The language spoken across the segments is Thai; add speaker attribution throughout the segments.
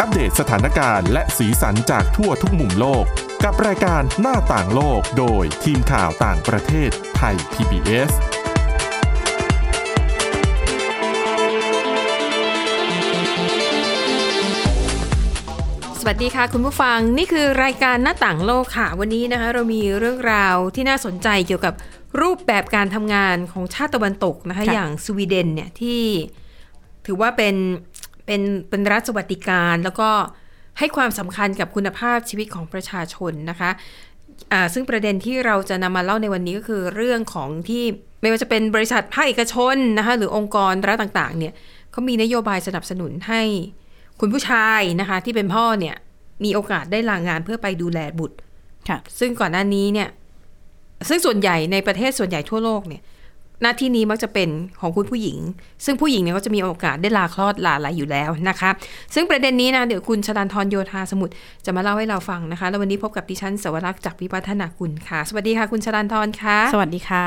Speaker 1: อัปเดตสถานการณ์และสีสันจากทั่วทุกมุมโลก กับรายการหน้าต่างโลกโดยทีมข่าวต่างประเทศไทย PBS
Speaker 2: สวัสดีค่ะคุณผู้ฟังนี่คือรายการหน้าต่างโลกค่ะ วันนี้นะคะ เรามีเรื่องราวที่น่าสนใจเกี่ยวกับรูปแบบการทำงานของชาติตะวันตกนะคะ
Speaker 3: ค่ะ
Speaker 2: อย่างสวีเดนเนี่ยที่ถือว่าเป็นเป็นเป็นรัฐสวัสดิการ แล้วก็ให้ความสำคัญกับคุณภาพชีวิตของประชาชนนะคะอ่าซึ่งประเด็นที่เราจะนำมาเล่าในวันนี้ก็คือเรื่องของที่ไม่ว่าจะเป็นบริษัทภาคเอกชนนะคะหรือองค์กรรัฐต่างๆเนี่ยเขามีนโยบายสนับสนุนให้ คุณผู้ชายนะคะ ที่เป็นพ่อเนี่ย มีโอกาสได้ลางานเพื่อไปดูแลบุตร
Speaker 3: ค่ะ
Speaker 2: ซึ่งก่อนหน้านี้เนี่ย ซึ่งส่วนใหญ่ในประเทศส่วนใหญ่ทั่วโลกเนี่ย หน้าที่นี้มักจะเป็นของคุณผู้หญิง ซึ่งผู้หญิงเนี่ยก็จะมีโอกาสได้ลาคลอดลาอะไรอยู่แล้วนะคะ ซึ่งประเด็นนี้นะเดี๋ยวคุณชลันทรโยธาสมุทรจะมาเล่าให้เราฟังนะคะ แล้ววันนี้พบกับดิฉันสวรักษ์จากวิวัฒนาคุณค่ะ สวัสดีค่ะ คุณชลันทรค่ะ
Speaker 3: สวัสดีค่ะ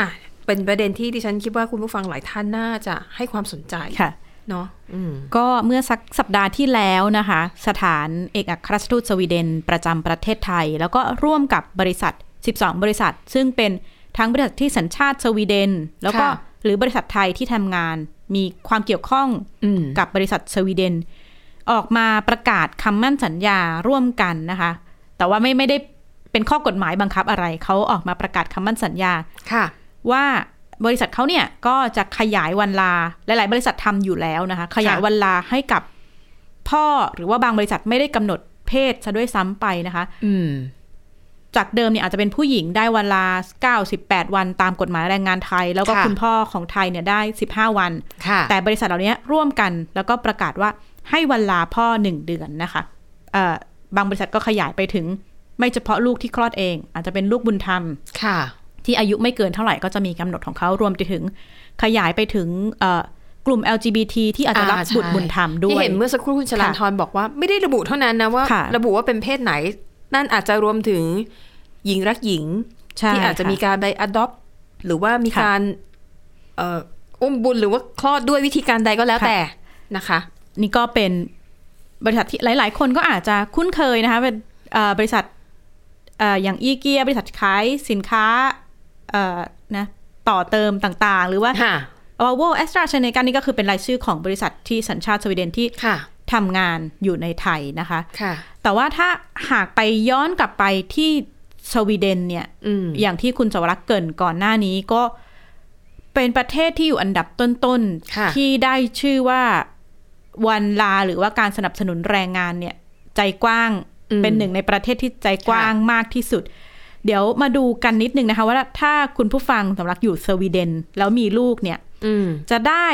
Speaker 2: อ่ะเป็นประเด็นที่ดิฉันคิดว่าคุณผู้ฟังหลายท่านน่าจะให้ความสนใจ
Speaker 3: ค่ะ
Speaker 2: เนาะอืม
Speaker 3: ก็เมื่อสักสัปดาห์ที่แล้วนะคะ สถานเอกอัครราชทูตสวีเดนประจำประเทศไทย แล้วก็ร่วมกับบริษัท 12 บริษัท ซึ่งเป็นทั้งบริษัทที่สัญชาติสวีเดน แล้วก็
Speaker 2: ค่ะ
Speaker 3: หรือบริษัทไทยที่ทำงาน มีความเกี่ยวข้อง
Speaker 2: อืม
Speaker 3: กับบริษัทสวีเดน ออกมาประกาศคำมั่นสัญญาร่วมกันนะคะ แต่ว่าไม่ไม่ได้เป็นข้อกฎหมายบังคับอะไรเขาออกมาประกาศคำมั่นสัญญา
Speaker 2: ค่ะ
Speaker 3: ว่าบริษัทเขาเนี่ยก็จะขยายวันลา หลาย ๆ บริษัททำอยู่แล้วนะคะ ขยาย
Speaker 2: ค่ะ
Speaker 3: วันลาให้กับพ่อหรือว่าบางบริษัทไม่ได้กำหนดเพศซะด้วยซ้ำไปนะคะ
Speaker 2: อืม
Speaker 3: จากเดิมเนี่ยอาจจะเป็นผู้หญิงได้วันลา 98 วันตามกฎหมายแรงงานไทย แล้วก็
Speaker 2: ค่ะ
Speaker 3: คุณพ่อของไทยเนี่ยได้ 15 วัน
Speaker 2: ค่ะ
Speaker 3: แต่บริษัทเหล่านี้ร่วมกันแล้วก็ประกาศว่าให้วันลาพ่อหนึ่งเดือนนะคะเอ่อบางบริษัทก็ขยายไปถึงไม่เฉพาะลูกที่คลอดเอง อาจจะเป็นลูกบุญธรรม
Speaker 2: ค่ะ
Speaker 3: ที่อายุไม่เกินเท่าไหร่ก็จะมีกำหนดของเขารวมไปถึงขยายไปถึงเอ่อกลุ่ม LGBT ที่อาจจะรับ
Speaker 2: อ่าใช่
Speaker 3: บุตรบุญธรรมด้วย
Speaker 2: ที่เห็นเมื่อสักครู่คุณชลันทรบอกว่าไม่ได้ระบุเท่านั้นนะว่า
Speaker 3: ค่ะ
Speaker 2: ระบุว่าเป็นเพศไหน นั่นอาจจะรวมถึงหญิงรักหญิง
Speaker 3: ใช่
Speaker 2: ที่อาจจะมีการไป adopt หรือว่ามีการเอ่ออุ้มบุญหรือว่าคลอดด้วยวิธีการใดก็แล้วแต่นะคะ
Speaker 3: นี่ก็เป็นบริษัทที่หลาย ๆ คนก็อาจจะคุ้นเคยนะคะเป็นเอ่อบริษัทเอ่ออย่างอีเกีย บริษัทขายสินค้าเอ่อนะต่อเติมต่างๆ หรือว่า
Speaker 2: ค่ะ
Speaker 3: วาโวแอสตราเซเนกานี่ก็คือเป็นรายชื่อของบริษัทที่สัญชาติสวีเดนที่
Speaker 2: ค่ะ
Speaker 3: ทำงานอยู่ในไทยนะคะ
Speaker 2: ค่ะ
Speaker 3: แต่ว่าถ้าหากไปย้อนกลับไปที่สวีเดนเนี่ย
Speaker 2: อืม
Speaker 3: อย่างที่คุณสวรักษ์เกรินก่อนหน้านี้ก็เป็นประเทศที่อยู่อันดับต้น
Speaker 2: ค่ะ
Speaker 3: ๆ ที่ได้ชื่อว่าวันลาหรือว่าการสนับสนุนแรงงานเนี่ย ใจกว้าง
Speaker 2: อืม
Speaker 3: เป็นหนึ่งในประเทศที่ใจกว้างมากที่สุด เดี๋ยวมาดูกันนิดนึงนะคะว่าถ้าคุณผู้ฟังสำหรับอยู่สวีเดน แล้วมีลูกเนี่ย
Speaker 2: อืม
Speaker 3: จะได้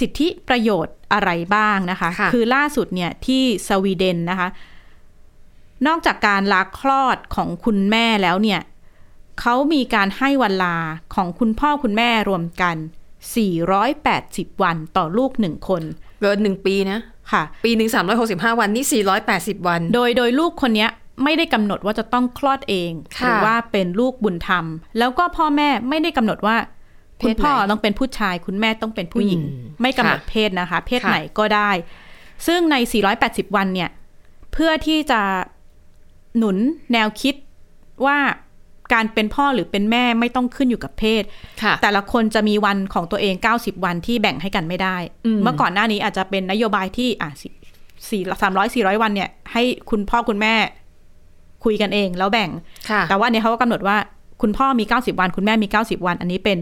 Speaker 3: สิทธิประโยชน์อะไรบ้างนะคะ
Speaker 2: ค่ะ
Speaker 3: อล่าสุดเนี่ยที่สวีเดนนะคะ นอกจากการลาคลอดของคุณแม่แล้วเนี่ยเขามีการให้วันลาของคุณพ่อคุณแม่รวมกัน 480 วันต่อลูกหนึ่งคน
Speaker 2: เกินหนึ่งปีนะ
Speaker 3: ค่ะ
Speaker 2: ปีหนึ่งสามร้อยหกสิบห้าวัน นี่สี่ร้อยแปดสิบวัน
Speaker 3: โดยโดยลูกคนเนี้ยไม่ได้กำหนดว่าจะต้องคลอดเอง
Speaker 2: ค่ะ
Speaker 3: หรืว่าเป็นลูกบุญธรรม แล้วก็พ่อแม่ไม่ได้กำหนดว่า
Speaker 2: เพศไหน
Speaker 3: คุณพ่อต้องเป็นผู้ชาย คุณแม่ต้องเป็นผู้หญิง
Speaker 2: อืม
Speaker 3: ไม่กำหนด
Speaker 2: ค่ะ
Speaker 3: เพศนะคะ เพศ
Speaker 2: ค่ะ
Speaker 3: ไหนก็ได้ ซึ่งใน 480 วันเนี่ย เพื่อที่จะหนุนแนวคิดว่าการเป็นพ่อหรือเป็นแม่ไม่ต้องขึ้นอยู่กับเพศ
Speaker 2: ค่ะ
Speaker 3: แต่ละคนจะมีวันของตัวเอง 90 วันที่แบ่งให้กันไม่ได้
Speaker 2: อืม
Speaker 3: เมื่อก่อนหน้านี้อาจจะเป็นนโยบายที่อ่ะสี่สามร้อยสี่ร้อยวันเนี่ย ให้คุณพ่อคุณแม่คุยกันเองแล้วแบ่ง
Speaker 2: ค่ะ
Speaker 3: แต่ว่าเนี่ยเขาก็กำหนดว่าคุณพ่อมี 90 วัน คุณแม่มี 90 วัน อันนี้เป็น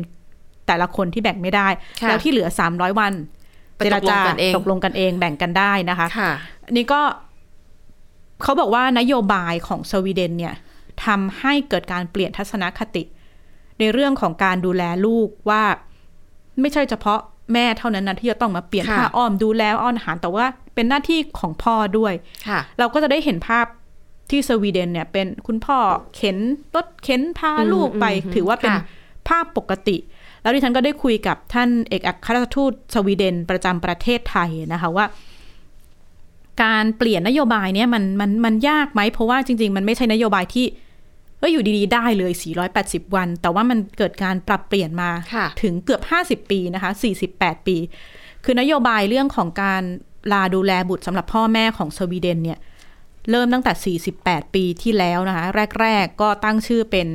Speaker 3: แต่ละคนที่แบ่งไม่ได้
Speaker 2: ค่ะ
Speaker 3: แล้วที่เหลือ 300 วัน
Speaker 2: ไปตกลงกันเอง
Speaker 3: ตกลงกันเองแบ่งกันได้นะคะ
Speaker 2: ค่ะ
Speaker 3: นี่ก็เขาบอกว่านโยบายของสวีเดนเนี่ยทำให้เกิดการเปลี่ยนทัศนคติ ในเรื่องของการดูแลลูกว่า ไม่ใช่เฉพาะแม่เท่านั้นนะที่จะต้องมาเปลี่ยน
Speaker 2: ค่ะ
Speaker 3: ผ้าอ้อมดูแลอ้อนอาหารแต่ว่าเป็นหน้าที่ของพ่อด้วย
Speaker 2: ค่ะ
Speaker 3: เราก็จะได้เห็นภาพที่สวีเดนเนี่ย เป็นคุณพ่อเข็นรถเข็นพา
Speaker 2: อืม
Speaker 3: ลูกไป
Speaker 2: อืมอืม
Speaker 3: ถือว่าเป็น
Speaker 2: ค่ะ
Speaker 3: ภาพปกติ แล้วดิฉันก็ได้คุยกับท่านเอกอัครราชทูตสวีเดนประจำประเทศไทยนะคะว่า การเปลี่ยนนโยบายเนี่ยมันมันมันยากไหม เพราะว่าจริง ๆ มันไม่ใช่นโยบายที่เอออยู่ดีๆ ได้เลย 480 วัน แต่ว่ามันเกิดการปรับเปลี่ยนมา
Speaker 2: ค่ะ
Speaker 3: ถึงเกือบ 50 ปีนะคะ 48 ปี คือนโยบายเรื่องของการ ลาดูแลบุตรสำหรับพ่อแม่ของสวีเดนเนี่ย เริ่มตั้งแต่ 48 ปีที่แล้วนะคะ แรก ๆ ก็ตั้งชื่อเป็น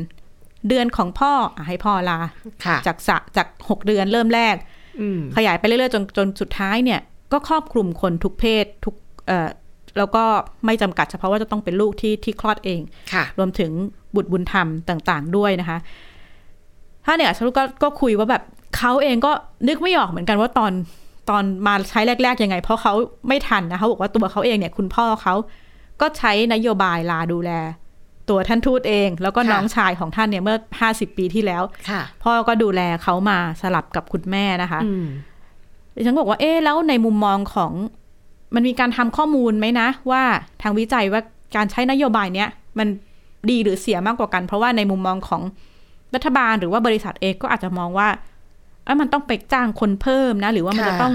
Speaker 3: เดือนของพ่ออะให้พ่อลา
Speaker 2: ค่ะ
Speaker 3: จากสะจาก 6 เดือนเริ่มแรก
Speaker 2: อืม
Speaker 3: ขยายไปเรื่อยๆจนจนสุดท้ายเนี่ย ก็ครอบคลุมคนทุกเพศทุกเอ่อแล้วก็ไม่จำกัดเฉพาะว่าจะต้องเป็นลูกที่ที่คลอดเอง
Speaker 2: ค่ะ
Speaker 3: รวมถึงบุตรบุญธรรมต่าง ๆ ด้วยนะคะ ถ้าเนี่ยฉันก็ก็คุยว่าแบบเขาเองก็นึกไม่ออกเหมือนกันว่าตอนตอนมาใช้แรก ๆ ยังไง เพราะเขาไม่ทันนะเขาบอกว่าตัวเขาเองเนี่ยคุณพ่อเขาก็ใช้นโยบายลาดูแล ตัวท่านทูตเอง แล้วก็
Speaker 2: ค่ะ
Speaker 3: น้องชายของท่านเนี่ยเมื่อ 50 ปีที่แล้ว
Speaker 2: ค่ะ
Speaker 3: พ่อก็ดูแลเขามาสลับกับคุณแม่นะคะ
Speaker 2: อืม
Speaker 3: ดิฉันก็บอกว่า เอ๊ะ แล้วในมุมมองของมันมีการทำข้อมูลไหมนะ ว่าทางวิจัยว่าการใช้นโยบายเนี้ยมันดีหรือเสียมากกว่ากัน เพราะว่าในมุมมองของรัฐบาลหรือว่าบริษัทเองก็อาจจะมองว่าเอ้ยมันต้องไปจ้างคนเพิ่มนะ หรือว่ามันจะ
Speaker 2: ค่ะ
Speaker 3: ต้อง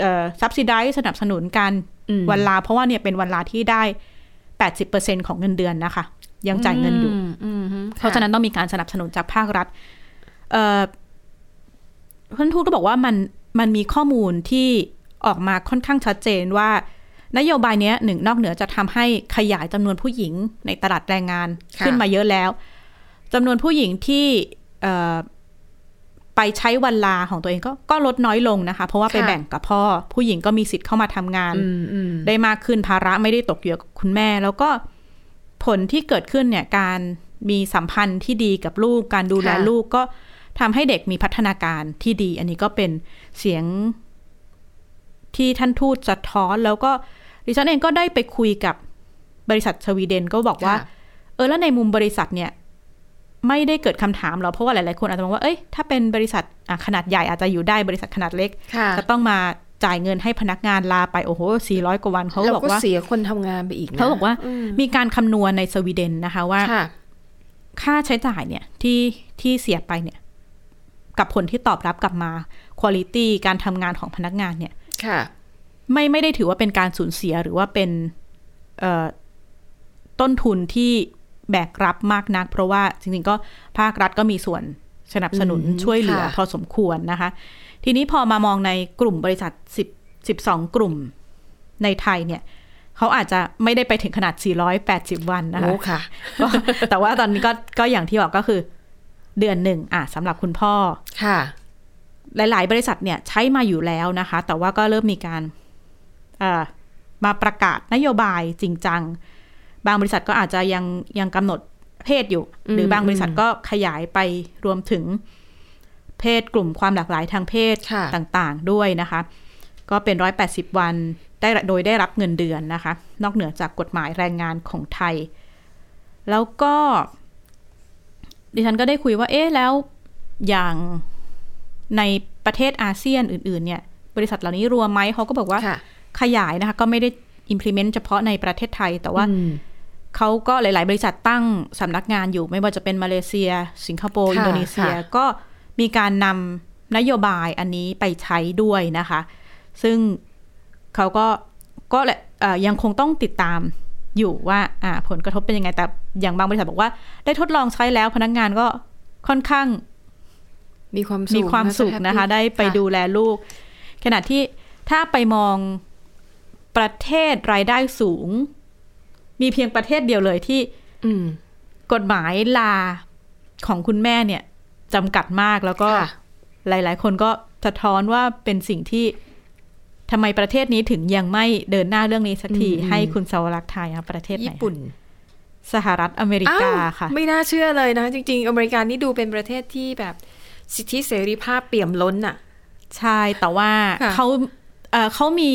Speaker 3: เอ่อ subsidize สนับสนุนการ
Speaker 2: อืม
Speaker 3: วันลา เพราะว่าเนี่ยเป็นวันลาที่ได้ 80%ของเงินเดือนนะคะ ยังจ่ายเงินอยู่
Speaker 2: มอืมอืม
Speaker 3: เพราะฉะนั้นต้องมีการสนับสนุนจากภาครัฐ เอ่อท่านทูตก็บอกว่ามันมันมีข้อมูลที่ออกมาค่อนข้างชัดเจนว่า นโยบายเนี้ยหนึ่งนอกเหนือจะทำให้ขยายจำนวนผู้หญิงในตลาดแรงงาน
Speaker 2: ะ
Speaker 3: ขึ้นมาเยอะแล้วจำนวนผู้หญิงที่เอ่อไปใช้วันลาของตัวเองก็ก็ลดน้อยลงนะคะ เพราะว่าไปแบ่งกับพ่อ ผู้หญิงก็มีสิทธิ์เข้ามาทำงาน
Speaker 2: อืมอืม
Speaker 3: ได้มากขึ้นภาระไม่ได้ตกอยู่กับคุณแม่ แล้วก็ผลที่เกิดขึ้นเนี่ยการมีสัมพันธ์ที่ดีกับลูก การดูแลลูกก็ทำให้เด็กมีพัฒนาการที่ดี อันนี้ก็เป็นเสียงที่ท่านทูตสะท้อนแล้วก็ดิฉันเองก็ได้ไปคุยกับบริษัทสวีเดนก็บอกว่า
Speaker 2: ค่ะ
Speaker 3: เออแล้วในมุมบริษัทเนี่ย ไม่ได้เกิดคำถามหรอเพราะว่าหลายๆ คนอาจจะมองว่าเอ้ยถ้าเป็นบริษัทอ่ะขนาดใหญ่อาจจะอยู่ได้บริษัทขนาดเล็ก
Speaker 2: ค่ะ
Speaker 3: จะต้องมาจ่ายเงินให้พนักงานลาไปโอ้โห 400 กว่าวันเขา
Speaker 2: เรา
Speaker 3: บอก
Speaker 2: ก็
Speaker 3: ว่า
Speaker 2: เสียคนทำงานไปอีกนะ
Speaker 3: เขาบอกว่า
Speaker 2: อืม
Speaker 3: มีการคำนวณในสวีเดนนะคะว่า
Speaker 2: ค่ะ
Speaker 3: ค่าใช้จ่ายเนี่ยที่ที่เสียไปเนี่ย กับผลที่ตอบรับกลับมาคุณลิตี้การทำงานของพนักงานเนี่ย
Speaker 2: ค่ะ
Speaker 3: ไม่ไม่ได้ถือว่าเป็นการสูญเสียหรือว่าเป็นเอ่อต้นทุนที่แบกรับมากนัก เพราะว่าจริงๆก็ภาครัฐก็มีส่วนสนับสนุน
Speaker 2: อืม
Speaker 3: ช่วยเหลือ
Speaker 2: ค่ะ
Speaker 3: พอสมควรนะคะ ทีนี้พอมามองในกลุ่มบริษัท10 12 กลุ่มในไทยเนี่ย เขาอาจจะไม่ได้ไปถึงขนาด 480 วันนะคะ
Speaker 2: โอ้ค่ะ
Speaker 3: ก็แต่ว่าตอนนี้ก็ก็อย่างที่บอกก็คือเดือนหนึ่งอ่ะสำหรับคุณพ่อ
Speaker 2: ค่ะ
Speaker 3: หลาย ๆ บริษัทเนี่ยใช้มาอยู่แล้วนะคะ แต่ว่าก็เริ่มมีการเอ่อมาประกาศนโยบายจริงจัง บางบริษัทก็อาจจะยังยังกำหนดเพศอยู่
Speaker 2: อืม
Speaker 3: หรือบางบริษัทก็ขยายไปรวมถึงเพศกลุ่มความหลากหลายทางเพศ
Speaker 2: ค่ะ
Speaker 3: ต่างๆด้วยนะคะ ก็เป็น 180 วันได้โดยได้รับเงินเดือนนะคะ นอกเหนือจากกฎหมายแรงงานของไทย แล้วก็ ดิฉันก็ได้คุยว่า เอ๊ะ แล้วอย่างในประเทศอาเซียนอื่น ๆ เนี่ย บริษัทเหล่านี้รวมไหมเขาก็บอกว่า
Speaker 2: ค่ะ
Speaker 3: ขยายนะคะ ก็ไม่ได้ implement เฉพาะในประเทศไทย แต่ว่า
Speaker 2: อืม
Speaker 3: เขาก็หลาย ๆ บริษัทตั้งสำนักงานอยู่ ไม่ว่าจะเป็นมาเลเซีย สิงคโปร์
Speaker 2: ค่ะ
Speaker 3: อินโดนีเซีย
Speaker 2: ค่ะ
Speaker 3: ก็มีการนำนโยบายอันนี้ไปใช้ด้วยนะคะ ซึ่งเขาก็ก็แหละเอ่อยังคงต้องติดตามอยู่ว่าอ่าผลกระทบเป็นยังไง แต่อย่างบางบริษัทบอกว่า ได้ทดลองใช้แล้วพนักงานก็ค่อนข้าง
Speaker 2: มีความสุข
Speaker 3: มีความสุขนะคะ
Speaker 2: จ
Speaker 3: ได้ไป
Speaker 2: ค่ะ
Speaker 3: ดูแลลูก ขณะที่ถ้าไปมองประเทศรายได้สูง มีเพียงประเทศเดียวเลยที่
Speaker 2: อืม
Speaker 3: กฎหมายลาของคุณแม่เนี่ยจำกัดมากแล้วก็
Speaker 2: ค่ะ
Speaker 3: หลาย ๆ คนก็สะท้อนว่าเป็นสิ่งที่ทำไมประเทศนี้ถึงยังไม่เดินหน้าเรื่องนี้สักที ให้คุณสาวรักษ์ทายนะประเทศไหน
Speaker 2: ญี่ปุ่น
Speaker 3: สหรัฐอเมริกา
Speaker 2: อ้ว
Speaker 3: ค่ะ
Speaker 2: ไม่น่าเชื่อเลยนะ จริง ๆ อเมริกานี่ดูเป็นประเทศที่แบบสิทธิเสรีภาพเปี่ยมล้นอ่ะ
Speaker 3: ใช่แต่ว่า
Speaker 2: ค่ะ
Speaker 3: เขาเอ่อเขามี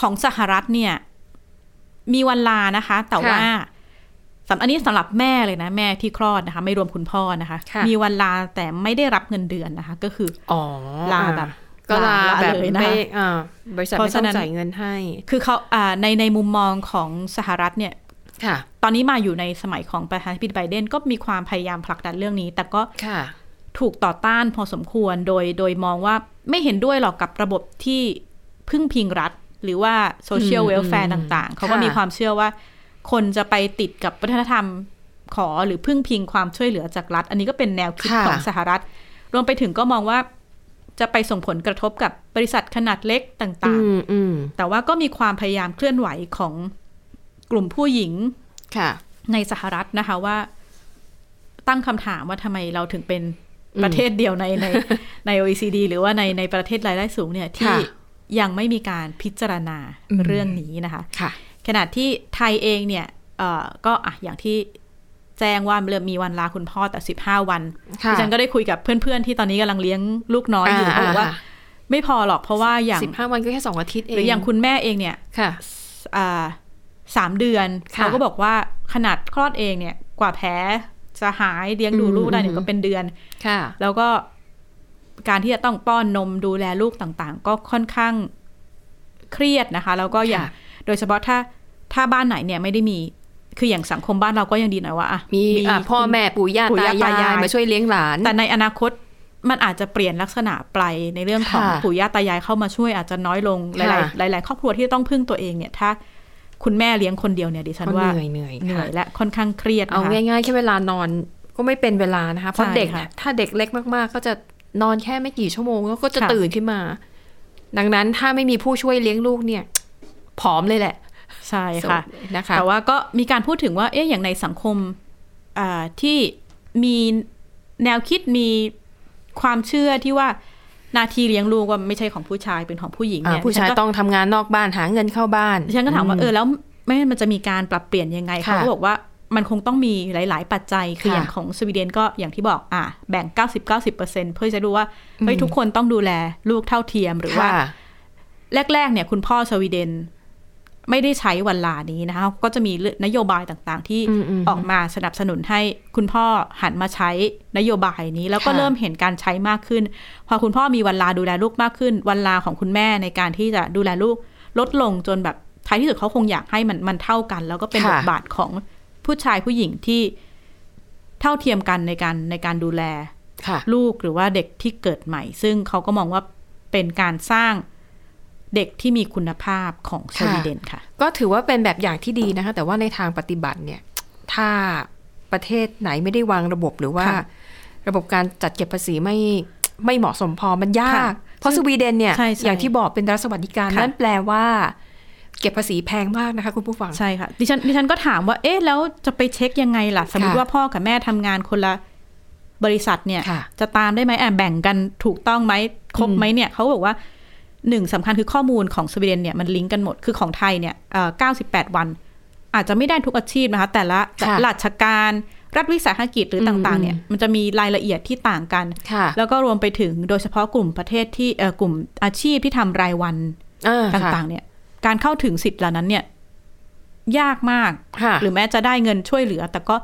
Speaker 3: ของสหรัฐเนี่ย มีวันลานะคะ แต่ว่าสำอันนี้สำหรับแม่เลยนะ แม่ที่คลอดนะคะ ไม่รวมคุณพ่อนะคะ มีวันลาแต่ไม่ได้รับเงินเดือนนะคะ ก็คือ
Speaker 2: อ๋อ
Speaker 3: ลาแบบ
Speaker 2: อ่ะก็ลา
Speaker 3: ลา
Speaker 2: แบบ
Speaker 3: เลยนะคะ
Speaker 2: ไม่อ่าบริษัท
Speaker 3: เพ
Speaker 2: ไม่
Speaker 3: ราะ
Speaker 2: ต้
Speaker 3: ฉะ
Speaker 2: อง
Speaker 3: นั้น
Speaker 2: จ่ายเงินให้
Speaker 3: คือเขาอ่าในในมุมมองของสหรัฐเนี่ย
Speaker 2: ค่ะ
Speaker 3: ตอนนี้มาอยู่ในสมัยของประธานาธิบดีไบเดนก็มีความพยายามผลักดันเรื่องนี้ แต่ก็
Speaker 2: ค่ะ
Speaker 3: ถูกต่อต้านพอสมควรโดยโดยมองว่าไม่เห็นด้วยหรอกกับระบบที่พึ่งพิงรัฐ หรือว่าโซเชียล
Speaker 2: อืม
Speaker 3: เวลแฟร์
Speaker 2: อืม
Speaker 3: ต่างๆ เขาก็
Speaker 2: ค่ะ
Speaker 3: มีความเชื่อว่า คนจะไปติดกับวัฒนธรรมขอหรือพึ่งพิงความช่วยเหลือจากรัฐ อันนี้ก็เป็นแนวคิด
Speaker 2: ค่ะ
Speaker 3: ของสหรัฐ รวมไปถึงก็มองว่า จะไปส่งผลกระทบกับบริษัทขนาดเล็ก
Speaker 2: อื
Speaker 3: ต่าง
Speaker 2: มอืม
Speaker 3: ๆ แต่ว่าก็มีความพยายามเคลื่อนไหวของกลุ่มผู้หญิง
Speaker 2: ค่ะ
Speaker 3: ในสหรัฐนะคะว่าตั้งคำถามว่าทำไมเราถึงเป็นประเทศเดียวใน ใน ใน OECD หรือว่าในในประเทศรายได้สูงเนี่ยที่
Speaker 2: ค่ะ
Speaker 3: ยังไม่มีการพิจารณา
Speaker 2: อืม
Speaker 3: เรื่องนี้นะคะ
Speaker 2: ค่ะ
Speaker 3: ขณะที่ไทยเองเนี่ยเอ่อก็อ่ะอย่างที่แจ้งว่าเริ่มมีวันลาคุณพ่อแต่ 15 วัน
Speaker 2: ค่ะ
Speaker 3: ดิฉันก็ได้คุยกับเพื่อนๆ ที่ตอนนี้กำลังเลี้ยงลูกน้อยอยู่เขาบอกว่า ไม่พอหรอกเพราะว่าอย่าง
Speaker 2: สิบห้าวันก็แค่สองอาทิตย์เอง
Speaker 3: หรืออย่างคุณแม่เองเนี่ย
Speaker 2: ค่ะ
Speaker 3: อ่าสามเดือน
Speaker 2: ค่ะ
Speaker 3: เขาก็บอกว่าขนาดคลอดเองเนี่ยกว่าแผลจะหายเลี้ยงดู
Speaker 2: อืม
Speaker 3: ลูกได้เนี่
Speaker 2: อืม
Speaker 3: ยก็เป็นเดือน
Speaker 2: ค่ะ
Speaker 3: แล้วก็การที่จะต้องป้อนนมดูแลลูกต่างๆ ก็ค่อนข้างเครียดนะคะ แล้วก็อย่าง
Speaker 2: ค่ะ
Speaker 3: โดยเฉพาะถ้าถ้าบ้านไหนเนี่ยไม่ได้มีคืออย่างสังคมบ้านเราก็ยังดีหน่อยว่าอ่ะ
Speaker 2: มีอ่ะพ่อ
Speaker 3: คุณ
Speaker 2: แม่ปู่ย่า
Speaker 3: ปู่
Speaker 2: ตา
Speaker 3: ย่าตา
Speaker 2: าย
Speaker 3: ยาย ย
Speaker 2: มาช่วยเลี้ยงหลาน
Speaker 3: แต่ในอนาคตมันอาจจะเปลี่ยนลักษณะไปในเรื่องของ
Speaker 2: ค่ะ
Speaker 3: ปู่ย่าตายายเข้ามาช่วยอาจจะน้อยลงห
Speaker 2: ค่ะ
Speaker 3: ลายๆหลาย ๆ ครอบครัวที่ต้องพึ่งตัวเองเนี่ยถ้า คุณแม่เลี้ยงคนเดียวเนี่ยดิฉัน
Speaker 2: ก็
Speaker 3: ว่า
Speaker 2: เหนื่อยเหนื่อยค่ะ
Speaker 3: เหนื่อยและค่อนข้างเครียด
Speaker 2: เอา
Speaker 3: นะคะ
Speaker 2: ง่ายๆแค่เวลานอนก็ไม่เป็นเวลานะคะเพราะ
Speaker 3: ใช่
Speaker 2: เด็ก
Speaker 3: ค่ะ
Speaker 2: ถ้าเด็กเล็กมากๆ ก็จะนอนแค่ไม่กี่ชั่วโมงแล้วก็จะตื่นขึ้นมา ดังนั้นถ้าไม่มีผู้ช่วยเลี้ยงลูกเนี่ยผอมเลยแหละ
Speaker 3: ใช่ค่ะ
Speaker 2: นะคะ
Speaker 3: แต่ว่าก็มีการพูดถึงว่าเอ๊ะอย่างในสังคมอ่าที่มีแนวคิดมีความเชื่อที่ว่านาทีเลี้ยงลูกว่าไม่ใช่ของผู้ชายเป็นของผู้หญิง
Speaker 2: อ่า
Speaker 3: เนี่ย
Speaker 2: ผู้ชาย
Speaker 3: ดิฉันก็
Speaker 2: ต้องทำงานนอกบ้านหาเงินเข้าบ้าน
Speaker 3: ดิฉันก็ถามว่าเออแล้วไม่มันจะมีการปรับเปลี่ยนยังไง
Speaker 2: ค่ะ
Speaker 3: เขาก็บอกว่ามันคงต้องมีหลาย ๆ ปัจจัยคือ
Speaker 2: ค่ะ
Speaker 3: อย่างของสวีเดนก็อย่างที่บอกอ่ะแบ่ง 90 90เปอร์เซ็นเพื่อจะดูว่าเฮ้ย
Speaker 2: อืม
Speaker 3: ทุกคนต้องดูแลลูกเท่าเทียมหรือว่า
Speaker 2: ค่ะ
Speaker 3: แรก ๆ เนี่ยคุณพ่อสวีเดนไม่ได้ใช้วันลานี้นะคะก็จะมีนโยบายต่างๆ ที่
Speaker 2: อืมอืม
Speaker 3: ออกมาสนับสนุนให้คุณพ่อหันมาใช้นโยบายนี้ แล้วก็
Speaker 2: ค่ะ
Speaker 3: เริ่มเห็นการใช้มากขึ้น พอคุณพ่อมีวันลาดูแลลูกมากขึ้น วันลาของคุณแม่ในการที่จะดูแลลูกลดลงจนแบบท้ายที่สุดเขาคงอยากให้มันมันเท่ากัน แล้วก็เป็นบทบาทของผู้ชายผู้หญิงที่เท่าเทียมกันในการในการดูแล
Speaker 2: ค่ะ
Speaker 3: ลูกหรือว่าเด็กที่เกิดใหม่ ซึ่งเขาก็มองว่าเป็นการสร้างเด็กที่มีคุณภาพของส
Speaker 2: ค่ะ
Speaker 3: วีเดนค่ะ
Speaker 2: ก็ถือว่าเป็นแบบอย่างที่ดีนะคะ แต่ว่าในทางปฏิบัติเนี่ย ถ้าประเทศไหนไม่ได้วางระบบหรือว่า
Speaker 3: ค่ะ
Speaker 2: ระบบการจัดเก็บภาษีไม่ไม่เหมาะสมพอมันยาก
Speaker 3: ค่ะ
Speaker 2: เพราะสวีเดนเนี่ย
Speaker 3: ใช่ใช่
Speaker 2: อย่างที่บอกเป็นรัฐสวัสดิการ
Speaker 3: ค่ะ
Speaker 2: นั่นแปลว่า เก็บภาษีแพงมากนะคะคุณผู้ฟัง
Speaker 3: ใช่ค่ะดิฉันดิฉันก็ถามว่าเอ๊ะแล้วจะไปเช็คยังไงล่ะ สมมติ
Speaker 2: ค่ะ
Speaker 3: ว่าพ่อกับแม่ทำงานคนละบริษัทเนี่ย
Speaker 2: ค่ะ
Speaker 3: จะตามได้ไหมอ่ะแบ่งกันถูกต้องไหมครบ
Speaker 2: อืม
Speaker 3: ไหมเนี่ยเขาบอกว่าหนึ่งสำคัญคือข้อมูลของสวีเดนเนี่ยมันลิงก์กันหมดคือของไทยเนี่ยเอ่อ98 วัน อาจจะไม่ได้ทุกอาชีพนะคะ แต่ละ
Speaker 2: ค่ะ
Speaker 3: ราชการรัฐวิสาหกิจหรือต่าง
Speaker 2: อืม
Speaker 3: ๆเนี่ยมันจะมีรายละเอียดที่ต่างกัน
Speaker 2: ค่ะ
Speaker 3: แล้วก็รวมไปถึงโดยเฉพาะกลุ่มประเทศที่เอ่อกลุ่มอาชีพที่ทำรายวัน
Speaker 2: อ่
Speaker 3: ต่างๆ เนี่ย การเข้าถึงสิทธิ์เหล่านั้นเนี่ย ยากมาก
Speaker 2: ๆค่ะ
Speaker 3: หรือแม้จะได้เงินช่วยเหลือ แต่ก็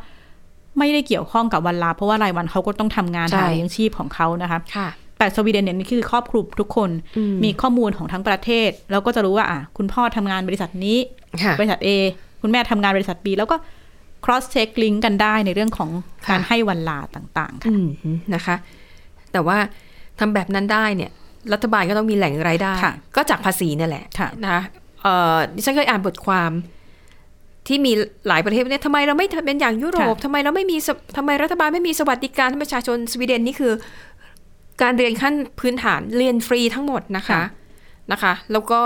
Speaker 3: ไม่ได้เกี่ยวข้องกับวันลา เพราะว่ารายวันเขาก็ต้องทำงาน
Speaker 2: ใช่
Speaker 3: หาเลี้ยงชีพของเขานะคะ
Speaker 2: ค่ะ
Speaker 3: แต่สวีเดนเนี่ยนี่คือครอบคลุมทุกคน
Speaker 2: อืม
Speaker 3: มีข้อมูลของทั้งประเทศ แล้วก็จะรู้ว่าอ่ะคุณพ่อทำงานบริษัทนี้
Speaker 2: ค่ะ
Speaker 3: บริษัท A คุณแม่ทำงานบริษัท B แล้วก็ cross check link กันได้ในเรื่องของการ
Speaker 2: ค่ะ
Speaker 3: ให้วันลาต่างๆค่ะ
Speaker 2: อืมนะคะ แต่ว่าทำแบบนั้นได้เนี่ย รัฐบาลก็ต้องมีแหล่งรายได้
Speaker 3: ค่ะ
Speaker 2: ก็จากภาษีเนี่ยแหละ
Speaker 3: ค่ะ
Speaker 2: นะคะเอ่อดิฉันเคยอ่านบทความที่มีหลายประเทศเนี่ยทำไมเราไม่เป็นอย่างยุโรปทำไมเราไม่มีสทำไมรัฐบาลไม่มีสวัสดิการให้ประชาชนสวีเดนนี่คือ การเรียนขั้นพื้นฐานเรียนฟรีทั้งหมดนะคะนะคะ แล้วก็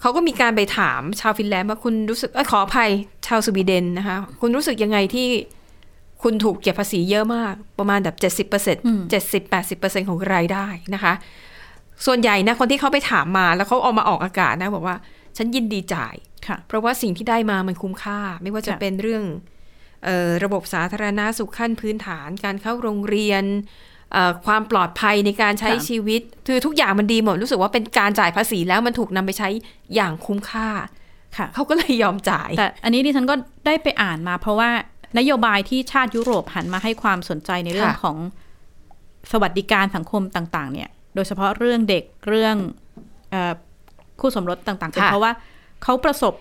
Speaker 2: เขาก็มีการไปถามชาวฟินแลนด์ว่าคุณรู้สึกเอยขออภัยชาวสวีเดนนะคะ คุณรู้สึกยังไงที่ คุณถูกเก็บภาษีเยอะมากประมาณแบบเจ็ดสิบเปอร์เซ็นต์
Speaker 3: อืม
Speaker 2: เจ็ดสิบแปดสิบเปอร์เซ็นของรายได้นะคะ ส่วนใหญ่นะคนที่เขาไปถามมาแล้วเขาเอามาออกอากาศนะ บอกว่าฉันยินดีจ่าย
Speaker 3: ค่ะ
Speaker 2: เพราะว่าสิ่งที่ได้มามันคุ้มค่า ไม่ว่าจะ
Speaker 3: ค่ะ
Speaker 2: เป็นเรื่องเออระบบสาธารณาสุขขั้นพื้นฐาน การเข้าโรงเรียนเอ่อความปลอดภัยในการใช้
Speaker 3: ค่ะ
Speaker 2: ชีวิตคือทุกอย่างมันดีหมดรู้สึกว่าเป็นการจ่ายภาษีแล้วมันถูกนำไปใช้อย่างคุ้มค่า
Speaker 3: ค่ะ
Speaker 2: เขาก็เลยยอมจ่าย
Speaker 3: แต่อันนี้ดิฉันก็ได้ไปอ่านมาเพราะว่านโยบายที่ชาติยุโรปหันมาให้ความสนใจในเรื่อง
Speaker 2: ค่ะ
Speaker 3: ของสวัสดิการสังคมต่าง ๆ เนี่ย โดยเฉพาะเรื่องเด็กเรื่องเออคู่สมรสต่างๆเป็น
Speaker 2: ค่ะ
Speaker 3: เพราะว่าเขาประสบ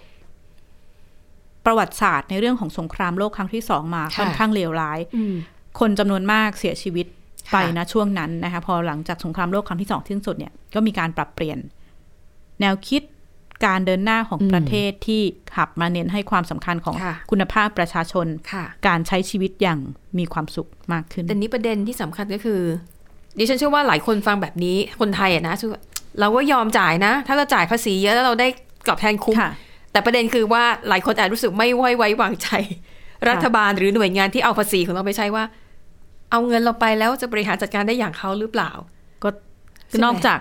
Speaker 3: ประวัติศาสตร์ในเรื่องของสงครามโลกครั้งที่สองมาค่อนข้างเลวร้าย
Speaker 2: อืม
Speaker 3: คนจำนวนมากเสียชีวิตไป
Speaker 2: ค่ะ
Speaker 3: นะช่วงนั้นนะคะพอหลังจากสงครามโลกครั้งที่สองสิ้นสุดเนี่ยก็มีการปรับเปลี่ยน แนวคิดการเดินหน้าของ
Speaker 2: อืม
Speaker 3: ประเทศที่ขับมาเน้นให้ความสำคัญของ
Speaker 2: ค่ะ
Speaker 3: คุณภาพประชาชน
Speaker 2: ค่ะ
Speaker 3: การใช้ชีวิตอย่างมีความสุขมากขึ้น
Speaker 2: แต่นี้ประเด็นที่สำคัญก็คือ ดิฉันเชื่อว่าหลายคนฟังแบบนี้คนไทยอะนะเชื่อว่าเราก็ยอมจ่ายนะ ถ้าเราจ่ายภาษีเยอะแล้วเราได้กลับแทนคุ้ม
Speaker 3: ค่ะ
Speaker 2: แต่ประเด็นคือว่าหลายคนอาจรู้สึกไม่ไว้ไว้วางใจ รัฐบาลหรือหน่วยงานที่เอาภาษีของเราไปใช้ว่า เอาเงินเราไปแล้วจะบริหารจัดการได้อย่างเขาหรือเปล่า
Speaker 3: ก็
Speaker 2: ใช่ไหม
Speaker 3: นอกจาก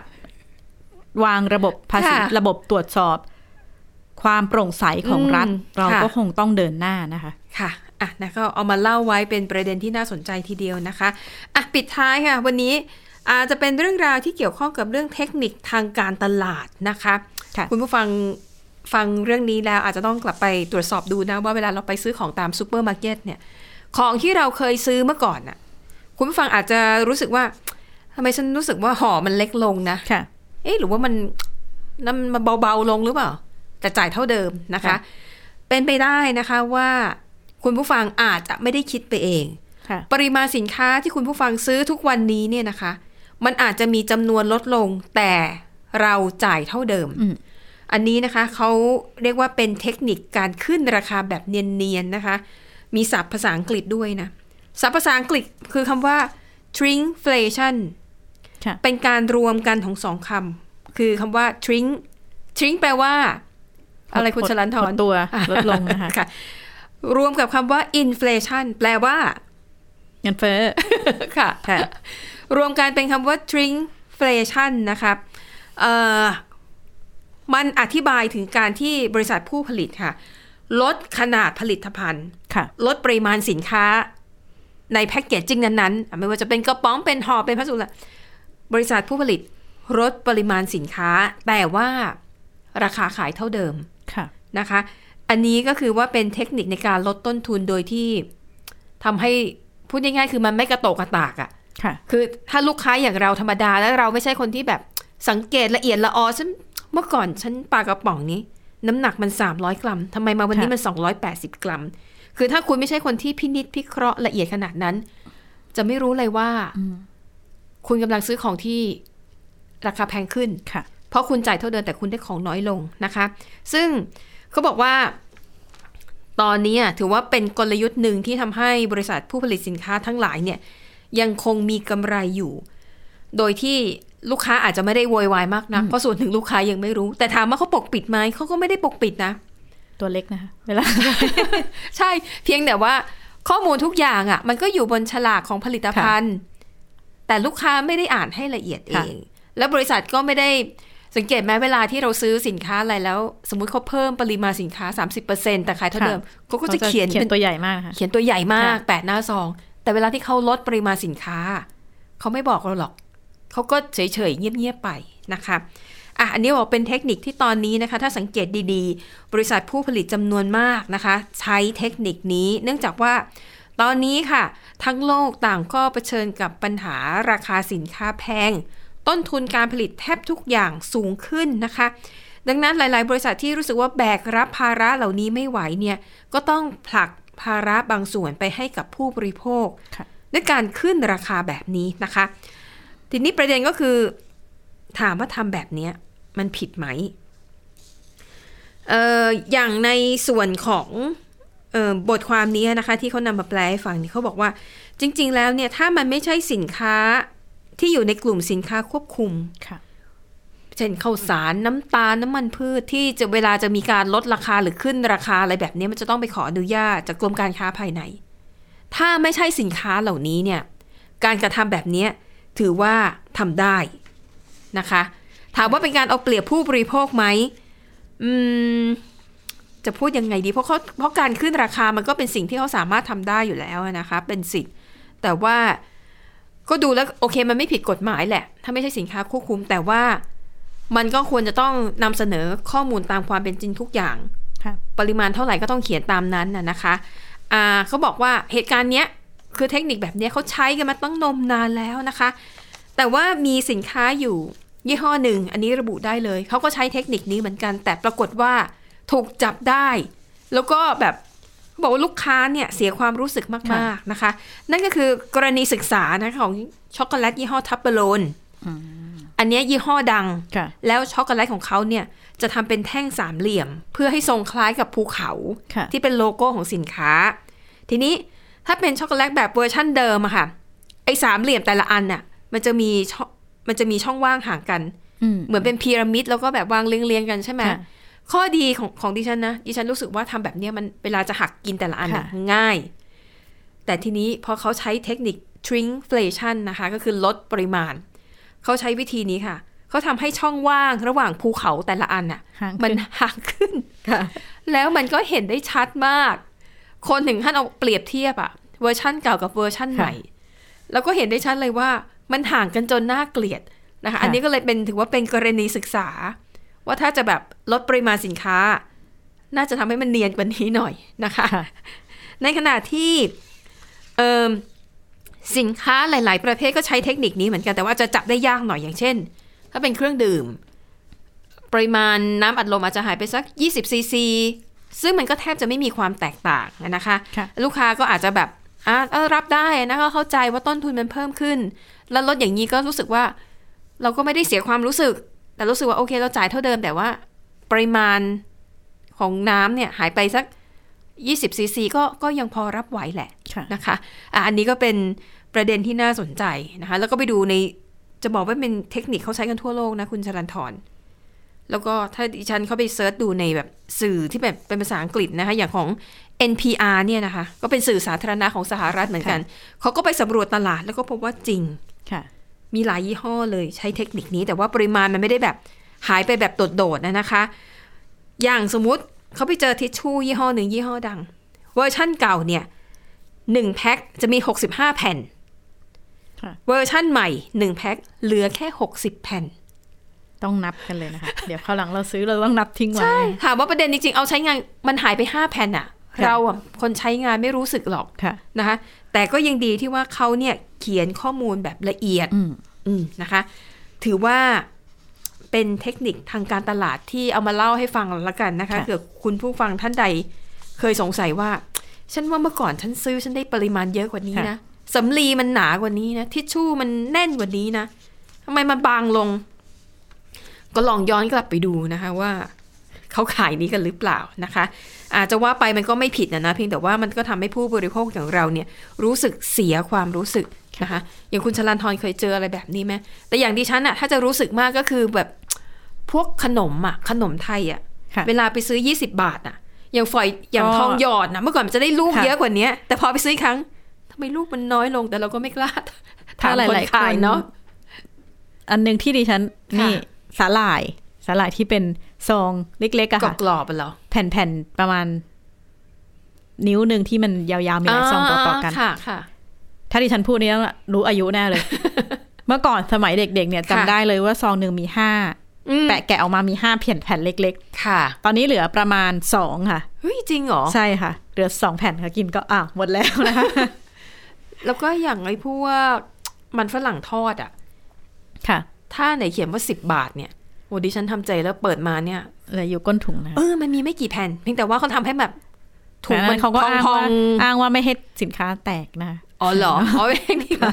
Speaker 3: วางระบบภาษี
Speaker 2: ค่ะ
Speaker 3: ระบบตรวจสอบ ความโปร่งใสของรัฐ
Speaker 2: อืม
Speaker 3: เรา
Speaker 2: ค่ะ
Speaker 3: ก็คงต้องเดินหน้านะคะ
Speaker 2: ค่ะอ่ะนะก็เอามาเล่าไว้เป็นประเด็นที่น่าสนใจทีเดียวนะคะอ่ะปิดท้ายค่ะ วันนี้อาจจะเป็นเรื่องราวที่เกี่ยวข้องกับเรื่องเทคนิคทางการตลาดนะคะ
Speaker 3: ค่ะ
Speaker 2: ณผู้ฟังฟังเรื่องนี้แล้วอาจจะต้องกลับไปตรวจสอบดูนะว่าเวลาเราไปซื้อของตามซูเปอร์มาร์เก็ตเนี่ย ของที่เราเคยซื้อเมื่อก่อนน่ะ คุณผู้ฟังอาจจะรู้สึกว่าทำไมฉันรู้สึกว่าห่อมันเล็กลงนะ
Speaker 3: ค่ะ
Speaker 2: เอ๊ะหรือว่ามันน้ำมันเบาๆลงหรือเปล่า แต่จ่ายเท่าเดิมนะคะ
Speaker 3: ค่ะ
Speaker 2: เป็นไปได้นะคะว่าคุณผู้ฟังอาจจะไม่ได้คิดไปเอง
Speaker 3: ค่ะ
Speaker 2: ปริมาณสินค้าที่คุณผู้ฟังซื้อทุกวันนี้เนี่ยนะคะ มันอาจจะมีจำนวนลดลงแต่เราจ่ายเท่าเดิม
Speaker 3: อืม
Speaker 2: อันนี้นะคะเขาเรียกว่าเป็นเทคนิคการขึ้นราคาแบบเนียนๆนะคะ มีศัพท์ภาษาอังกฤษด้วยนะศัพท์ภาษาอังกฤษคือคำว่า shrinkflation
Speaker 3: ค่ะ
Speaker 2: เป็นการรวมกันของสองคำ คือคำว่า shrink shrink แปลว่า อะไรคุณ
Speaker 3: หด
Speaker 2: ชลันท
Speaker 3: ห
Speaker 2: ร
Speaker 3: ดตัวลดลงนะคะ
Speaker 2: ค่ะ รวมกับคำว่า inflation แปลว่า
Speaker 3: เงินเฟ้อ
Speaker 2: ค่ะ
Speaker 3: ค่ะ
Speaker 2: รวมกันเป็นคำว่า shrinkflation นะครับเอ่อมันอธิบายถึงการที่บริษัทผู้ผลิตค่ะ ลดขนาดผลิตภัณฑ์
Speaker 3: ค่ะ
Speaker 2: ลดปริมาณสินค้าในแพ็กเกจจิ้งนั้นๆอ่ะไม่ว่าจะเป็นกระป๋องเป็นห่อเป็นพัสดุละบริษัทผู้ผลิตลดปริมาณสินค้า แต่ว่าราคาขายเท่าเดิม
Speaker 3: ค่ะ
Speaker 2: นะคะ อันนี้ก็คือว่าเป็นเทคนิคในการลดต้นทุนโดยที่ทำให้พูดง่ายๆคือมันไม่กระโตกกระตากอะ
Speaker 3: ค่ะ
Speaker 2: คือถ้าลูกค้าอย่างเราธรรมดาแล้วเราไม่ใช่คนที่แบบสังเกตละเอียดละออฉันเมื่อก่อนฉันปลากระป๋องนี้ น้ำหนักมัน 300 กรัมทำไมมาวันนี้
Speaker 3: ค่ะ
Speaker 2: มัน 280 กรัม คือถ้าคุณไม่ใช่คนที่พินิจพิเคราะห์ละเอียดขนาดนั้น จะไม่รู้เลยว่า คุณกำลังซื้อของที่ราคาแพงขึ้น
Speaker 3: ค่ะ
Speaker 2: เพราะคุณจ่ายเท่าเดิมแต่คุณได้ของน้อยลงนะคะ ซึ่งเขาบอกว่าตอนนี้อะถือว่าเป็นกลยุทธ์หนึ่งที่ทำให้บริษัทผู้ผลิตสินค้าทั้งหลายเนี่ย ยังคงมีกำไรอยู่ โดยที่ลูกค้าอาจจะไม่ได้โวยวายมากนะักเพราะส่วนหนึ่งลูกค้ายังไม่รู้ แต่ถามว่าเขาปกปิดไหมเขาก็ไม่ได้ปกปิดนะ
Speaker 3: ตัวเล็กนะคะ เว ลา
Speaker 2: ใช่เพียงแต่ว่าข้อมูลทุกอย่างอะ่ะ มันก็อยู่บนฉลากของผลิตภัณฑ์ แต่ลูกค้าไม่ได้อ่านให้ละเอียดเอ
Speaker 3: ค่ะ
Speaker 2: ง แล้วบริษัทก็ไม่ได้สังเกตไหมเวลาที่เราซื้อสินค้าอะไรแล้ว สมมุติเขาเพิ่มปริมาณสินค้า 30%แต่ขายเท่าเดิมเขาก็จะเขียน
Speaker 3: เขีย
Speaker 2: เป็น
Speaker 3: นตัวใหญ่มากค่ะ
Speaker 2: เขียนตัวใหญ่มาก
Speaker 3: ค่ะ
Speaker 2: แปดหน้าซองแต่เวลาที่เขาลดปริมาณสินค้า เขาไม่บอกเราหรอกเขาก็เฉยๆเงียบๆไปนะคะอ่ะอันนี้บอกเป็นเทคนิคที่ตอนนี้นะคะ ถ้าสังเกตดีๆ บริษัทผู้ผลิตจำนวนมากนะคะ ใช้เทคนิคนี้ เนื่องจากว่าตอนนี้ค่ะ ทั้งโลกต่างก็เผชิญกับปัญหาราคาสินค้าแพง ต้นทุนการผลิตแทบทุกอย่างสูงขึ้นนะคะ ดังนั้นหลายๆ บริษัทที่รู้สึกว่าแบกรับภาระเหล่านี้ไม่ไหวเนี่ยก็ต้องผลักภาระบางส่วนไปให้กับผู้บริโภค
Speaker 3: ค่ะ
Speaker 2: ด้วยการขึ้นราคาแบบนี้นะคะ ทีนี้ประเด็นก็คือ ถามว่าทำแบบเนี้ยมันผิดไหมเอ่ออย่างในส่วนของเอ่อบทความนี้นะคะ ที่เขานำมาแปลให้ฟังเนี่ยเขาบอกว่าจริง ๆ แล้วเนี่ยถ้ามันไม่ใช่สินค้าที่อยู่ในกลุ่มสินค้าควบคุม
Speaker 3: ค่ะ
Speaker 2: เช่นข้าวสารน้ำตาลน้ำมันพืชที่จะเวลาจะมีการลดราคาหรือขึ้นราคาอะไรแบบนี้มันจะต้องไปขออนุญาตจากกรมการค้าภายใน ถ้าไม่ใช่สินค้าเหล่านี้เนี่ยการกระทำแบบนี้ถือว่าทำได้นะคะ ถามว่าเป็นการเอาเปรียบผู้บริโภคไหมอืมจะพูดยังไงดีเพราะเขาเพราะการขึ้นราคามันก็เป็นสิ่งที่เขาสามารถทำได้อยู่แล้วนะคะ เป็นสิทธิ์แต่ว่าก็ดูแล้วโอเคมันไม่ผิดกฎหมายแหละ ถ้าไม่ใช่สินค้าควบคุม แต่ว่า มันก็ควรจะต้องนำเสนอข้อมูลตามความเป็นจริงทุกอย่าง
Speaker 3: ค่ะ
Speaker 2: ปริมาณเท่าไหร่ก็ต้องเขียนตามนั้นน่ะนะคะอ่าเขาบอกว่าเหตุการณ์เนี้ยคือเทคนิคแบบเนี้ยเขาใช้กันมาตั้งนมนานแล้วนะคะ แต่ว่ามีสินค้าอยู่ยี่ห้อหนึ่ง อันนี้ระบุได้เลย เขาก็ใช้เทคนิคนี้เหมือนกัน แต่ปรากฏว่าถูกจับได้ แล้วก็แบบเขาบอกว่าลูกค้าเนี่ยเสียความรู้สึกมากๆนะคะ นั่นก็คือกรณีศึกษานะคะของช็อกโกแลตยี่ห้อทับเปอโลนอันเนี้ยยี่ห้อดัง
Speaker 3: ค่ะ
Speaker 2: แล้วช็อกโกแลตของเขาเนี่ยจะทำเป็นแท่งสามเหลี่ยม เพื่อให้ทรงคล้ายกับภูเขา
Speaker 3: ค่ะ
Speaker 2: ที่เป็นโลโก้ของสินค้า ทีนี้ถ้าเป็นช็อกโกแลตแบบเวอร์ชั่นเดิมอะค่ะไอ้สามเหลี่ยมแต่ละอันน่ะ มันจะมีช่องมันจะมีช่องว่างห่างกัน
Speaker 3: อืม
Speaker 2: เหมือนเป็นพีระมิดแล้วก็แบบวางเรียงๆกันใช่ไหม
Speaker 3: ค่ะ
Speaker 2: ข้อดีของของดิฉันนะ ดิฉันรู้สึกว่าทำแบบเนี้ยมันเวลาจะหักกินแต่ละอันน่ะ
Speaker 3: ค่ะ
Speaker 2: ง่าย แต่ทีนี้พอเขาใช้เทคนิค shrinkflation นะคะ ก็คือลดปริมาณ เขาใช้วิธีนี้ค่ะ เขาทำให้ช่องว่างระหว่างภูเขาแต่ละอันน่ะ
Speaker 3: ห่าง
Speaker 2: มั
Speaker 3: มัน น
Speaker 2: ห่างขึ้น
Speaker 3: ค่ะ
Speaker 2: แล้วมันก็เห็นได้ชัดมาก คนถึงขั้นเอาเปรียบเทียบอะเวอร์ชั่นเก่ากับเวอร์ชั่นใหม่ แล้วก็เห็นได้ชัดเลยว่ามันห่างกันจนน่าเกลียดนะคะ
Speaker 3: ค่ะ
Speaker 2: อันนี้ก็เลยเป็นถือว่าเป็นกรณีศึกษา ว่าถ้าจะแบบลดปริมาณสินค้า น่าจะทำให้มันเนียนกว่านี้หน่อยนะคะ
Speaker 3: ค่ะ
Speaker 2: ในขณะที่เอิ่มสินค้าหลาย ๆ ประเภทก็ใช้เทคนิคนี้เหมือนกันแต่ว่าจะจับได้ยากหน่อยอย่างเช่น ถ้าเป็นเครื่องดื่ม ปริมาณน้ำอัดลมอาจจะหายไปสัก 20ซีซีซึ่งมันก็แทบจะไม่มีความแตกต่างนะคะ
Speaker 3: ค่ะ
Speaker 2: ลูกค้าก็อาจจะแบบอ่ะเออรับได้นะคะเข้าใจว่าต้นทุนมันเพิ่มขึ้น แล้วลดอย่างนี้ก็รู้สึกว่า เราก็ไม่ได้เสียความรู้สึก แต่รู้สึกว่าโอเคเราจ่ายเท่าเดิมแต่ว่า ปริมาณของน้ำเนี่ยหายไปสัก 20ซีซีก็ก็ยังพอรับไหวแหละ
Speaker 3: ค่ะ
Speaker 2: นะคะอ่ะอันนี้ก็เป็นประเด็นที่น่าสนใจนะคะ แล้วก็ไปดูในจะบอกว่าเป็นเทคนิคเขาใช้กันทั่วโลกนะคุณชลันทรแล้วก็ถ้าดิฉันเข้าไปเซิร์ชดูในแบบสื่อที่แบบเป็นภาษาอังกฤษนะคะ อย่างของ NPR เนี่ยนะคะ ก็เป็นสื่อสาธารณะของสหรัฐเหมือนกัน เขาก็ไปสำรวจตลาดแล้วก็พบว่าจริง
Speaker 3: ค่ะ
Speaker 2: มีหลายยี่ห้อเลยใช้เทคนิคนี้ แต่ว่าปริมาณมันไม่ได้แบบหายไปแบบโดดๆนะนะคะ อย่างสมมุติเขาไปเจอทิชชู่ยี่ห้อหนึ่งยี่ห้อดัง เวอร์ชั่นเก่าเนี่ยหนึ่งแพ็คจะมี 65 แผ่น
Speaker 3: ค่ะ
Speaker 2: เวอร์ชั่นใหม่ 1 แพ็คเหลือแค่ 60 แผ่น
Speaker 3: ต้องนับกันเลย นะคะ เดี๋ยวคราวหลังเราซื้อเราต้องนับทิ้งไว้
Speaker 2: ถามว่าประเด็นจริงๆ เอาใช้งานมันหายไป 5 แผ่นอะ
Speaker 3: ค่ะ
Speaker 2: เราอะคนใช้งานไม่รู้สึกหรอก
Speaker 3: ค่ะ
Speaker 2: นะคะแต่ก็ยังดีที่ว่าเขาเนี่ยเขียนข้อมูลแบบละเอียด
Speaker 3: อืม
Speaker 2: อืมนะคะ ถือว่าเป็นเทคนิคทางการตลาดที่เอามาเล่าให้ฟังละกันนะคะ
Speaker 3: ค่ะ
Speaker 2: เผื่อคุณผู้ฟังท่านใดเคยสงสัยว่า ฉันว่าเมื่อก่อนฉันซื้อฉันได้ปริมาณเยอะกว่านี้นะสำลีมันหนากว่านี้นะทิชชู่มันแน่นกว่านี้นะทำไมมันบางลง ก็ลองย้อนกลับไปดูนะคะว่าเขาขายนี้กันหรือเปล่านะคะ อาจจะว่าไปมันก็ไม่ผิดนะนะเพียงแต่ว่ามันก็ทำให้ผู้บริโภคอย่างเราเนี่ยรู้สึกเสียความรู้สึกนะคะ อย่างคุณชลันทรเคยเจออะไรแบบนี้ไหมแต่อย่างดิฉันอะถ้าจะรู้สึกมากก็คือแบบพวกขนมอะขนมไทยอะ
Speaker 3: ค่ะ
Speaker 2: เวลาไปซื้อ 20 บาทอะอย่างฝอยอย่าง
Speaker 3: ก็
Speaker 2: ทองหยอดนะเมื่อก่อนมันจะได้ลูก
Speaker 3: ค่ะ
Speaker 2: เยอะกว่านี้แต่พอไปซื้ออีกครั้งทำไมลูกมันน้อยลงแต่เราก็ไม่กล้า ถา
Speaker 3: ถ้ามห
Speaker 2: คน
Speaker 3: ลายๆ
Speaker 2: ขายเนาะ
Speaker 3: อันหนึ่งที่ดิฉันนี่
Speaker 2: ค่ะ
Speaker 3: สาหร่ายสาหร่ายที่เป็นซองเล็กๆอะ
Speaker 2: ก
Speaker 3: ค่ะ
Speaker 2: รอบๆอะเหรอ
Speaker 3: แผ่นๆประมาณ นิ้วหนึ่งที่มันยาวๆมีหลายซองต่อๆกัน
Speaker 2: ค่ะค่ะ
Speaker 3: ถ้าดิฉันพูดนี่ต้องรู้อายุแน่ เลย เมื่อก่อนสมัยเด็ก ๆ เนี่ย
Speaker 2: ค่ะ
Speaker 3: จำได้เลยว่าซองหนึ่งมีห้า
Speaker 2: อืม
Speaker 3: แปะแกะออกมามีห้าแผ่นแผ่นเล็ก
Speaker 2: ค่ะ
Speaker 3: ๆ ตอนนี้เหลือประมาณสองค่ะ
Speaker 2: เฮ้ยจริงเหรอ
Speaker 3: ใช่ค่ะ เหลือสองแผ่นค่ะกินก็อ่ะหมดแล้วนะคะ
Speaker 2: แล้วก็อย่างไอ้พวกมันฝรั่งทอดอะ
Speaker 3: ค่ะ
Speaker 2: ถ้าไหนเขียนว่า 10 บาทเนี่ยโอ้ดิฉันทำใจแล้วเปิดมาเนี่ย
Speaker 3: เหลืออยู่ก้นถุงนะคะ
Speaker 2: เออ มันมีไม่กี่แผ่น เพียงแต่ว่าเขาทำให้แบบถุง
Speaker 3: อั
Speaker 2: มัน
Speaker 3: เขาก็อ้าง
Speaker 2: พอ
Speaker 3: ว่าง อ้างว่าไม่ให้สินค้าแตกนะ
Speaker 2: ๆอ๋อเหรออ๋อไม่มีเหรอ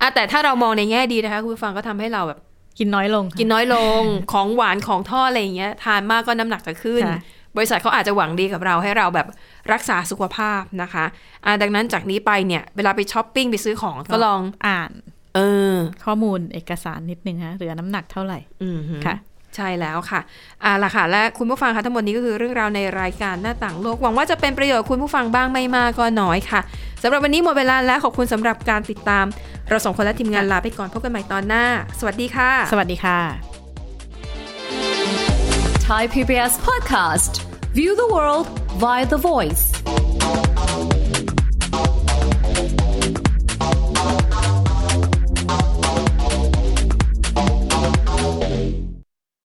Speaker 2: อ่ะแต่ถ้าเรามองในแง่ดีนะคะ คุณผู้ฟังก็ทำให้เราแบบ
Speaker 3: กินน้อยลง
Speaker 2: กินน้อยลง ของหวานของทอดอะไรอย่างเงี้ย ทานมากก็น้ำหนักจะขึ้น
Speaker 3: ค่ะ
Speaker 2: บริษัทเขาอาจจะหวังดีกับเราให้เราแบบรักษาสุขภาพนะคะอ่ะดังนั้นจากนี้ไปเนี่ยเวลาไปช้อปปิ้งไปซื้อของก็ลอง
Speaker 3: อ่าน
Speaker 2: เออ
Speaker 3: ข้อมูลเอกสารนิดนึงฮะเหลือน้ำหนักเท่าไหร่
Speaker 2: อืมฮึ
Speaker 3: ค่ะ
Speaker 2: ใช่แล้วค่ะอ่าล่ะค่ะ และคุณผู้ฟังคะทั้งหมดนี้ก็คือเรื่องราวในรายการหน้าต่างโลก หวังว่าจะเป็นประโยชน์คุณผู้ฟังบ้างไม่มากก็น้อยค่ะสำหรับวันนี้หมดเวลาแล้วขอบคุณสำหรับการติดตาม เราสองคนและทีมงานลาไปก่อนพบกันใหม่ตอนหน้า สวัสดีค่ะ
Speaker 3: สวัสดีค่ะ
Speaker 4: Thai PBS podcast. View the world via the voice.